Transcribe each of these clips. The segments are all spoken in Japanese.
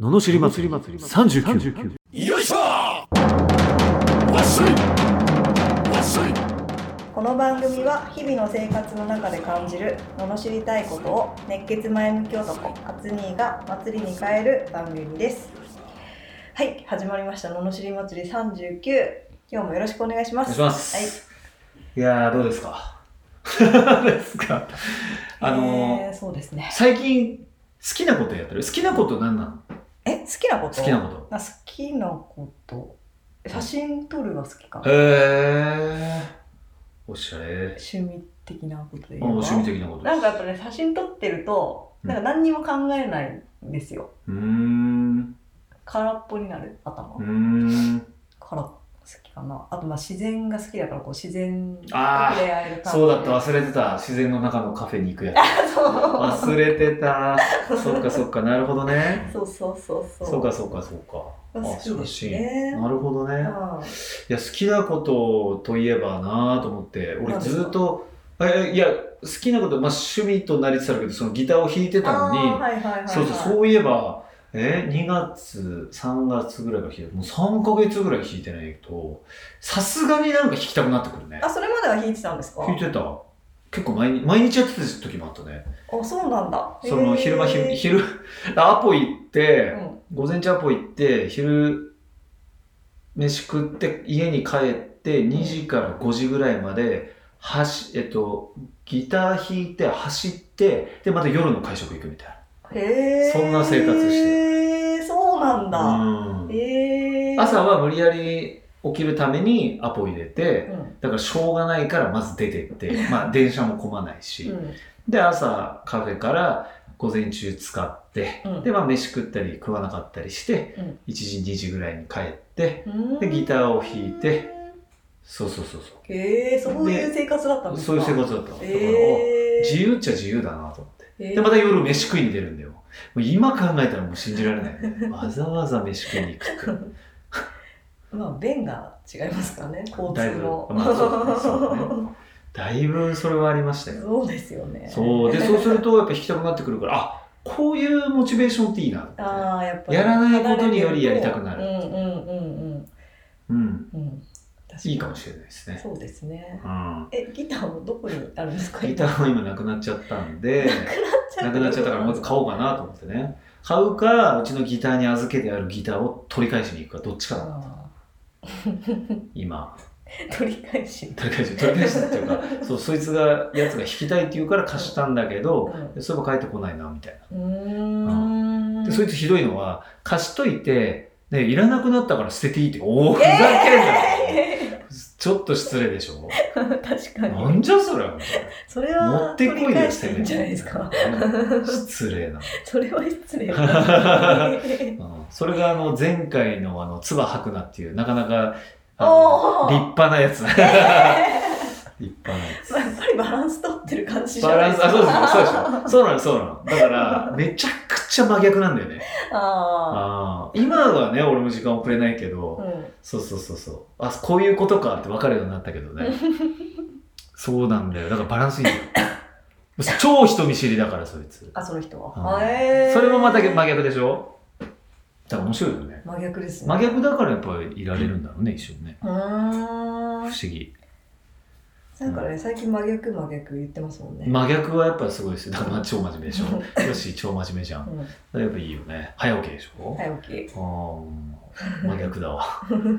ののしり祭り39よいしょわっしょいわっしょいこの番組は日々の生活の中で感じる罵りたいことを熱血前向き男カツニーが祭りに変える番組ですはい始まりました罵り祭り39今日もよろしくお願いしまお願いすします。い、やー、どうですか どうですかはあい、のーえーそうですね最近、好きなことやってる好きなこと何なのえ好きなこと好きなこと。あ好きなこと写真撮るが好きかなえー、おしゃれ。趣味的なことで言えおば趣味的なことですなんかやっぱね写真撮ってるとなんか何にも考えないんですようーん、空っぽになる頭うーん。から好きかなあとまあ自然が好きだからこう自然と触あーれ合える感じそうだった、忘れてた。自然の中のカフェに行くや あつ。忘れてた。そっかそっか、なるほどね。そうそうそうそうそうそうかそうかそうか。好きですねあ写真なるほどね。ういんや好きなことといえばなと思って俺何ですかずっとえいや好きなこと、まあ、趣味となりつつあるけどそのギターを弾いてたのに、あーはいはいはいはいそうそうそういえばえ2月3月ぐらいから弾いてもう3ヶ月ぐらい弾いてないとさすがになんか弾きたくなってくるねあそれまでは弾いてたんですか弾いてた結構毎日毎日やってた時もあったねあそうなんだそのへー昼間昼昼アポ行って、うん午前中アポ行って昼飯食って家に帰って2時から5時ぐらいまではし、えっと、ギター弾いて走ってでまた夜の会食行くみたいへえそんな生活してへえそうなんな、だうんへえ朝は無理やり起きるためにアポ入れうてんだからしょうがないからまず出てって、 まあ、電車も混まないし、うんで朝カフェから午前中使って、うんでまあ飯食ったり食わなかったりして、うん1時2時ぐらいに帰ってうんでギターを弾いてそうそうそうそうへえそういう生活だったんですかそういう生活だった、だからへえ自由っちゃ自由だなと思って由でまた夜飯食いに出るんだよもう今考えたらもう信じられないよ ねわざわざ飯食いに行くってまあ、便が違いますからね、交だい通ぶ、の。まあ、そうそうねだいぶそれはありましたよそうですよね。そうでそうするとやっぱ弾きたくなってくるからあこういうモチベーションっていいなと思ってああ、やっぱりやらないことによりやりたくなるうんうんううんんうんうん。確いいかもしれないですねそうですね。うんえ、ギターもどこにあるんですか。ギターも今なくなっちゃったんでなくなっちゃったからまず買おうかなと思ってね買うかうちのギターに預けてあるギターを取り返しに行くかどっちかなあ今ー取り返し。取り返し取り返しっていうかそうそいつがやつが弾きたいって言うから貸したんだけどうそういえば帰ってこないなみたいん。うー。なんでそいつ。つひどいのは貸しといて、ね、いらなくなったから捨てていいっておおふざけんな、ちょっと失礼でしょ確かなに。んじゃそれはそれ持は。ってこい 取りよ返ししてていいんじゃないですか。失礼なそれは失礼。うんそれがあの前回のあの唾吐くなっていうなかなかあおのー立派なやつ 立派なや まあやっぱりバランス取ってる感つじじバゃなラいンですスか。あそう ですそうでしょそうなのそうなのだからめちゃくちゃ真逆なんだよね ああー今はね俺も時間遅れないけあ。うどん。そうそうそうそうあこういうことかって分かるようになったけど ねそうなんだよだからバランスいいんだよ超人見知りだからそいつ、あ、その人は。うんあえーそれもまた真逆でしょだから面白いよね真逆ですね。真逆だからやっぱりいられるんだろうね一緒にねうー不ん。思議なんかね、最近真逆真逆言ってますもんね。真逆はやっぱすごいですよだからまあ超真面目でしょよし超真面目じゃんうん、やっぱいいよね早起きでしょ、早起き。あー真逆だわ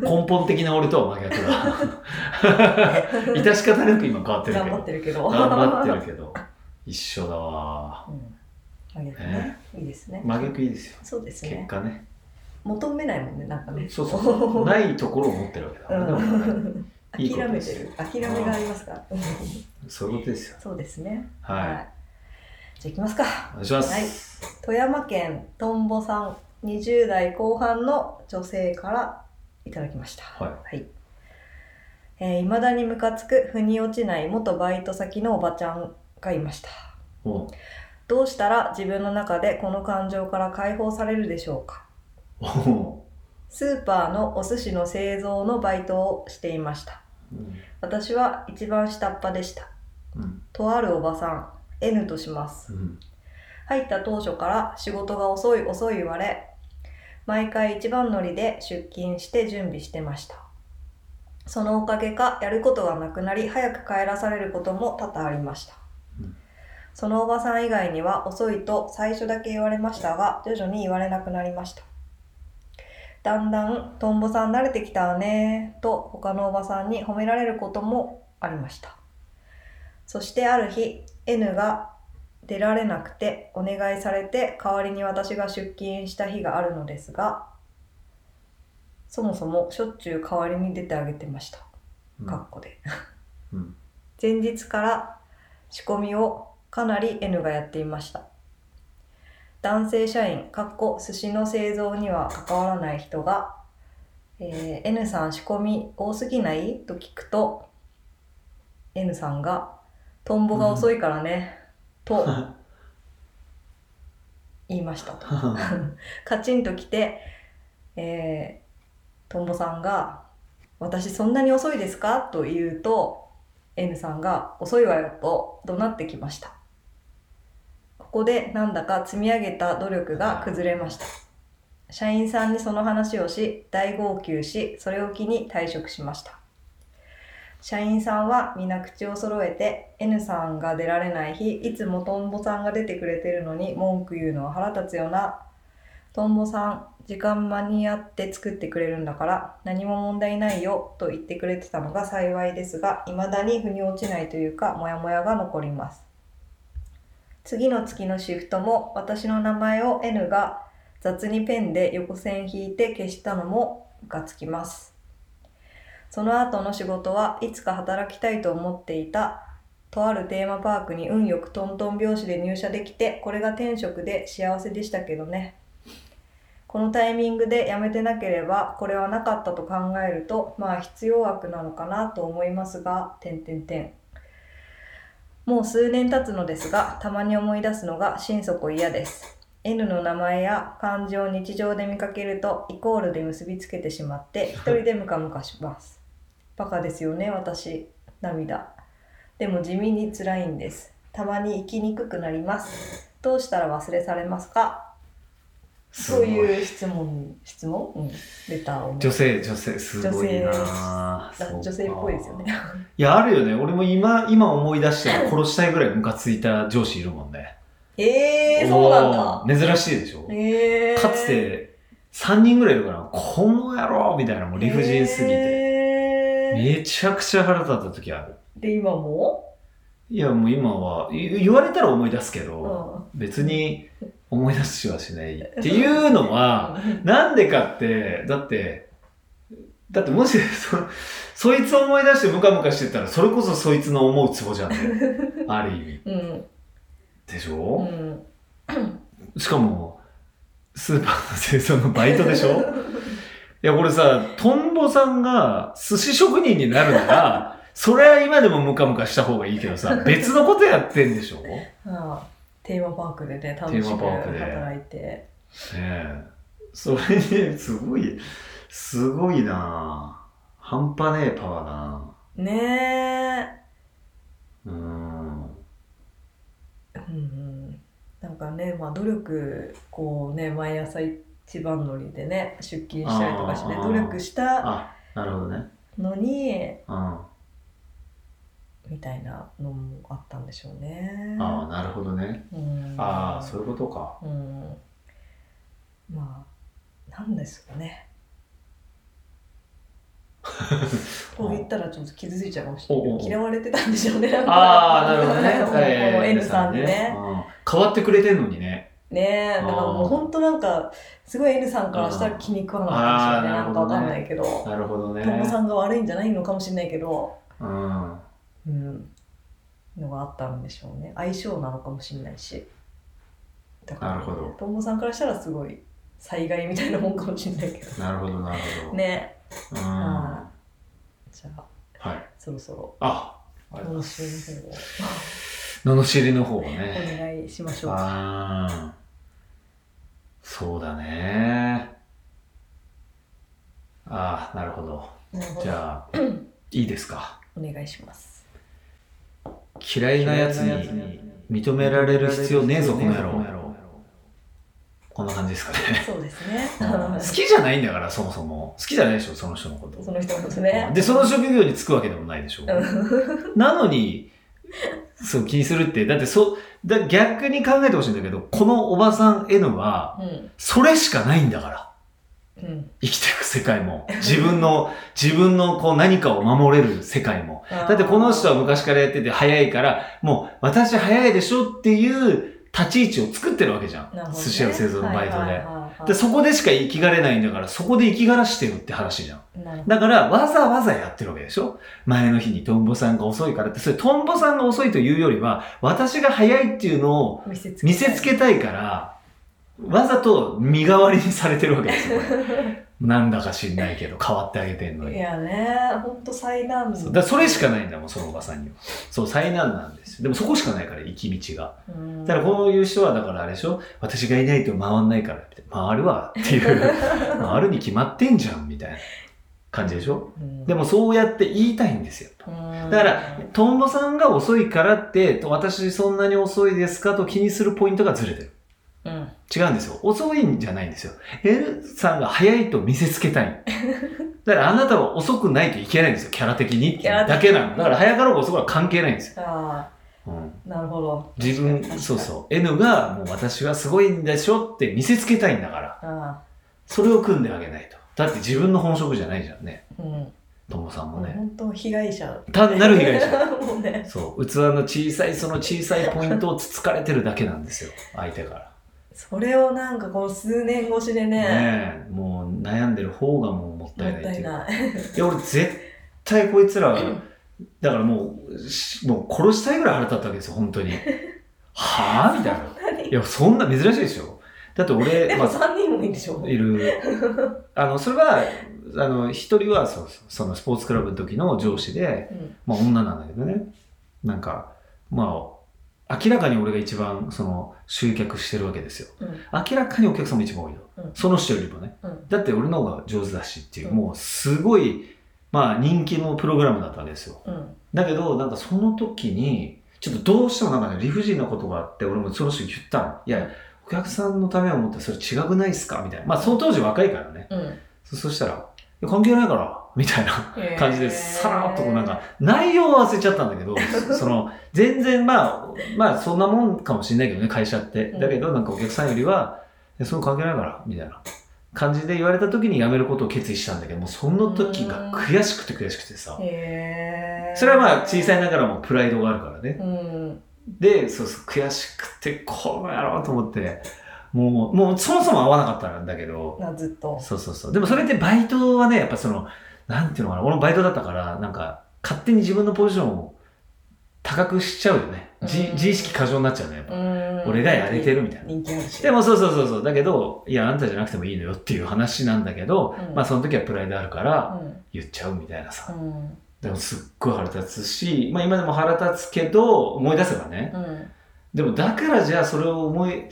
根本的な俺とは真逆 だ致し方なく今変わってる頑け張っどてるけど。頑張ってるけど一緒だわうん。真逆ね。いいですね。真逆いいですよそうです結ね。果ね求めないもんね、なんかね。そうそう そうないところを持ってるわけだから、でもねん。いい諦ことでめてする。諦めがありますから。うんそういうことですよそうですね。はい、じゃあ行きますか。お願いします、はい富山県とんぼさん20代後半の女性からいただきました、はいいえー、未だにムカつく腑に落ちない元バイト先のおばちゃんがいましたおうどうしたら自分の中でこの感情から解放されるでしょうかおスーパーのお寿司の製造のバイトをしていましたううん私は一番下っ端でしたうんとあるおばさん N としますうん入った当初から仕事が遅い遅い言われ毎回一番乗りで出勤して準備してましたそのおかげかやることがなくなり早く帰らされることも多々ありました、うんそのおばさん以外には遅いと最初だけ言われましたが徐々に言われなくなりましただんだん「とんぼさん慣れてきたわね」と他のおばさんに褒められることもありましたそしてある日 N が出られなくてお願いされて代わりに私が出勤した日があるのですがそもそもしょっちゅう代わりに出てあげてました。うん かっこで、うん 前日から仕込みをかなり N がやっていました男性社員かっこ寿司の製造には関わらない人が、えー N さん仕込み多すぎないと聞くと N さんが「トンボが遅いからね」と言いましたとカチンときて、えー、トンボさんが「私そんなに遅いですか?」と言うと N さんが「遅いわよ」と怒鳴ってきましたここでなんだか積み上げた努力が崩れました社員さんにその話をし大号泣しそれを機に退職しました社員さんは皆口を揃えて N さんが出られない日いつもトンボさんが出てくれてるのに文句言うのは腹立つよなトンボさん時間間に合って作ってくれるんだから何も問題ないよと言ってくれてたのが幸いですが未だに腑に落ちないというかモヤモヤが残ります次の月のシフトも私の名前を N が雑にペンで横線引いて消したのもムカつきますその後の仕事はいつか働きたいと思っていたとあるテーマパークに運よくトントン拍子で入社できてこれが転職で幸せでしたけどねこのタイミングで辞めてなければこれはなかったと考えるとまあ必要悪なのかなと思いますが点点点もう数年経つのですがたまに思い出すのが心底嫌です N の名前や漢字を日常で見かけるとイコールで結びつけてしまって一人でムカムカします バカですよね私涙でも地味に辛いんですたまに生きにくくなりますどうしたら忘れされますかすそごういいう質問質問、うん、レターをね女性女性すごいなだそうか女性っぽいですよねいやあるよね俺も今今思い出して殺したいぐらいムカついた上司いるもんね ええー、そうなんだおー珍しいでしょ、えー、かつて3人ぐらいいるからこの野郎みたいなもう理不尽すぎて、えー、めちゃくちゃ腹立った時あるで今も、いやもう今はい言われたら思い出すけうど、ん、別に思い出しはしないっていうの はなんでかって、だって、だってもし、 そ、そいつ思い出してムカムカしてたら、それこそそいつの思うツボじゃんね。ある意味。うんでしうょ、んしかも、スーパーの清掃のバイトでしょいや、これさ、トンボさんが寿司職人になるなら、それは今でもムカムカした方がいいけどさ、別のことやってんでしょねああテーマパークでね楽しテーくマパークで働いてえ。それね、すごい、すごいなぁ半端ねえパワーだなぁねうーんえ、うん、なんかねまあ努力こうね毎朝一番乗りでね出勤したりとかしてああ努力したあなるほどねのにうんあみたいなのもあったんでしょうねあなるほどねうんああそういうことかうんまあなんです かねこう言ったらちょっと傷ついちゃうかもしれないけおうおうど嫌われてたんでし ょうねなんかああなる ほどねもうこの N さんにねうん変わってくれてんのにねねえだからもう本当なんかすごい N さんからしたら気に食わなかったんでしょうねあーなんかわかんないけどなるほどねトンボさんが悪いんじゃないのかもしれないけどうんうんのがあったんでしょうね相性なのかもしれないしだからなるほどトンボさんからしたらすごい災害みたいなもんかもしれないけど なるほどなるほどねうんはじゃあいそろそろあありがとうご今ざい週ますの方を罵りの方をおね願いしましょうかああそうだねああなるほどなるほどじゃ あいいですかお願い します嫌いなやつに認められる必要ねえぞこの野郎こんな感じですかね。 そうですね。うん好きじゃないんだから、そもそも。好きじゃないでしょ、その人のこと。 その人もです ね。で、その職業に就くわけでもないでしょ。なのに、そう気にするって、だってそ、だ逆に考えてほしいんだけど、このおばさん N は、うん。それしかないんだから。うん。生きていく世界も、自分の、自分のこう何かを守れる世界も。 だだってこの人は昔からやってて早いから、もう私早いでしょっていう立ち位置を作ってるわけじゃん。寿司屋製造のバイトで。で、そこでしか生きがれないんだから、そこで生きがらしてるって話じゃん。で、なるほどだから、わざわざやってるわけでしょ前の日にトンボさんが遅いからって、それトンボさんが遅いというよりは、私が早いっていうのを見せつけたい見せつけたいから、わざと身代わりにされてるわけですよ。これなんだか知んないけど、変わってあげてんのいに。やね、ほんと災難そうだからそれしかないんだもん、そのおばさんには。そう、災難なんですよ。でもそこしかないから、行き道が。うんただこういう人はだからあれでしょ私がいないと回んないからって回るわって いう回るに決まってんじゃんみたいな感じでしょうんでもそうやって言いたいんですようんだからトンボさんが遅いからって私そんなに遅いですかと気にするポイントがずれてるうん違うんですよ遅いんじゃないんですよ L さんが早いと見せつけたいだからあなたは遅くないといけないんですよキャラ的にっていうだけなのだから早かろうが遅かろうが関係ないんですよ、あうんあ、なるほど。自分確か、にそうそう。N が、もう私はすごいんでしょって見せつけたいんだから、あそれを組んであげないと。だって自分の本職じゃないじゃんね。あ、うん。ともさんもね。本当被害者。単なる被害者。者。もうね。そう。器の小さい、その小さいポイントをつつかれてるだけなんですよ。相手から。それをなんかこう数年越しでね、ねえ。もう悩んでる方がもうもっもたいっないたっていいう。ない。いや、俺絶対こいつら、だからもう、しもう殺したいぐらい腹立ったわけですよ、本当に。はぁみたいな。いや、そんな珍しいでしょ。だって俺、でまもあ3人もいいんでしょいる。あの、それは、あの、一人はそうそう、そのスポーツクラブの時の上司で、うんまあ女なんだけどね。なんか、まあ、明らかに俺が一番、その、集客してるわけですよ。うん明らかにお客様一番多いの。うんその人よりもね。うんだって俺の方が上手だしっていう、うんもうすごい、まあ人気のプログラムだったわけですよ。うん。だけど、なんかその時に、ちょっとどうしてもなんかね、理不尽なことがあって、俺もその人に言ったの。いや、お客さんのためを思ってそれ違くないですかみたいな。まあ、その当時若いからね。うん。そそしたら、いや、関係ないから、みたいなへー感じで、さらっとこうなんか、内容は忘れちゃったんだ けど、そその、全然まあ、まあ、そんなもんかもしれないけどね、会社って。だけど、なんかお客さんよりは、いや、そう関係ないから、みたいな感じで言われた時に辞めることを決意したんだけど、もうその時が悔しくて悔しくてさ。へーそれはまあ小さいながらもプライドがあるからね。うん。で、そうそう、悔しくて、この野郎と思って、もう、もうそもそも合わなかったんだけど、な、ずっと。そうそうそう。でもそれってバイトはね、やっぱその、なんていうのかな、俺もバイトだったから、なんか、勝手に自分のポジションを高くしちゃうよね。う自ん自意識過剰になっちゃうね、やっぱ。うん俺がやれてるみたいな人気あるし。でもそうそうそうそう、だけど、いや、あんたじゃなくてもいいのよっていう話なんだけど、うんまあその時はプライドあるから、うん。言っちゃうみたいなさ。うん。でもすっごい腹立つし、まあ今でも腹立つけど、思い出せばね。うん。でもだからじゃあそれを思い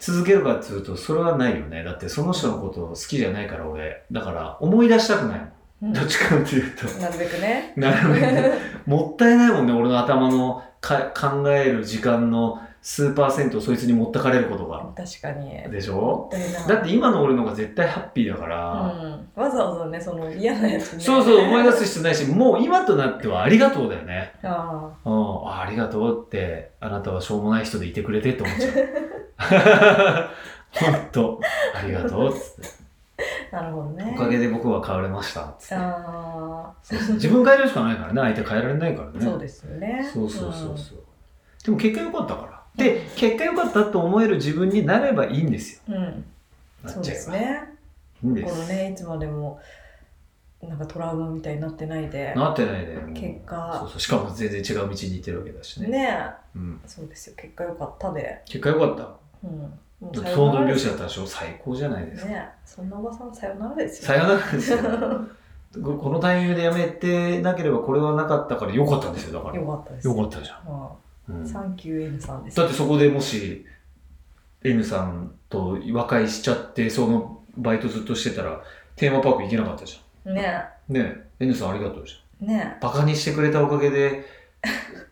続けるかっていうと、それはないよね。だってその人のこと好きじゃないから俺。だから思い出したくないもん。うんどっちかっていうと。なるべくね。なるべくね。もったいないもんね、俺の頭のか考える時間の数パーセントをそいつに持ったかれることが。確かに。でしょだだって今の俺の方が絶対ハッピーだから。うん、わざわざねその嫌なやつ、ね、そうそう思い出す必要ないし、もう今となってはありがとうだよね。あうん、あありがとうって、あなたはしょうもない人でいてくれてって思っち ゃう。ほんと、ありがとうっつって。あなるほどねおかげで僕は変われましたっつって。あそうそう自分変えるしかないからね、相手変えられないからあね。そうですよねそうそうそうそう。でも結果良かったから。で、結果良かったと思える自分になればいいんですよ。うん、うんなそっうちゃでえすば。いねいんでこのす。ねいつまでもなんかトラウマみたいになってないでなってないで。もう結果そうそう。しかも全然違う道に行ってるわけだしね。ねうん。そうですよ結果良かったで、結果良かった。うん、も相さ当よな拍ら子だったでしょ最高じゃないですか。ねそんなおばさんさよならですよさよならですよ。こ このタイミングでやめてなければこれはなかったから良かったんですよ、だから。よ良かったですかったじゃん。まうんあ、サンキュー N さんですだってそこでもし、N さんと和解しちゃって、そのバイトずっとしてたら、テーマパーク行けなかったじゃねん。ねえ、N さんありがとうじゃん。ねバカにしてくれたおかげで、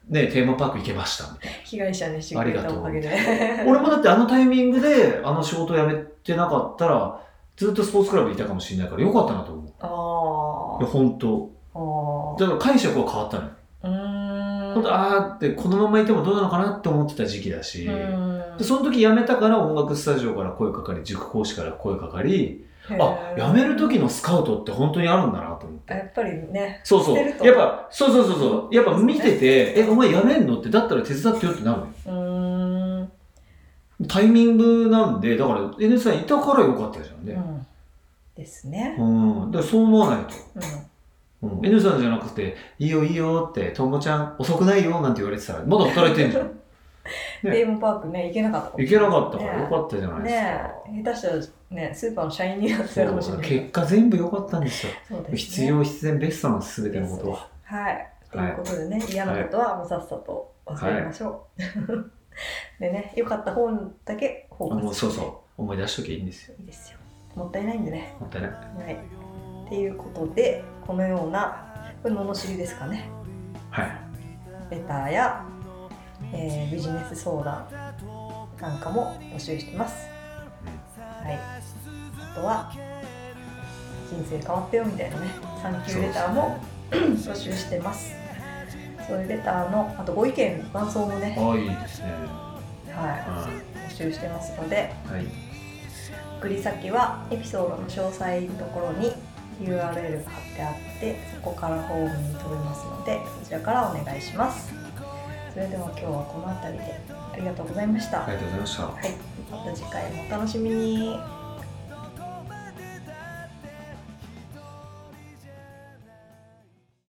ね、テーマパーク行けましたみたい被害者にしてくれたおかげで。 な。俺もだってあのタイミングであの仕事辞めてなかったら、ずっとスポーツクラブにいたかもしれないからよかったなと思う。あいや、本当あ。だから解釈は変わったのよ。うーん。本当あーって、このままいてもどうなのかなって思ってた時期だし。うんでその時辞めたから音楽スタジオから声かかり、塾講師から声かかり、あ、辞める時のスカウトって本当にあるんだなと思って。やっぱりね、そうそう。捨やてるっとぱ、そうそうそうそう。やっぱ見てて、え、お前辞めんのって、だったら手伝ってよってなるのよ。うーん、タイミングなんで、だから、N さんいたからよかったじゃんうね。ん、ですね。うん。だからそう思わないと。うん、うん。N さんじゃなくて、いいよいいよって、ともちゃん遅くないよなんて言われてたら、まだ働いてんじゃ ん。ねテーマパークね、行けなかった。いけなかったからねよかったじゃないですねえ、下手したらね、スーパーの社員になってか。たかもしそれうない。結果全部良かったんですよ。そうですね必。要必然ベストなんです、べてのことは。はい。ということでね、嫌なことはもうさっさと忘れましょう。 でね、良かった本だけフォーもカうスそうそう。思い出しときゃいいんですよ。いいですよ。もったいないんでね。もったいない。はい。っていうことで、このような、これ罵りですかね。はい。レターや、えービジネス相談なんかも募集してます。はい、あとは人生変わったよみたいなね、サンキューレターも募集してます。そういうレターのあとご意見ご感想もね、ああ、いいですね。は、はい募集してますので、い。はい。送り先はエピソードの詳細のところに URL が貼ってあってそこからホームに飛べますのでそちらからお願いしますそれでは今日はこの辺りでありがとうございました、ありがとうございました。また次回もお楽しみに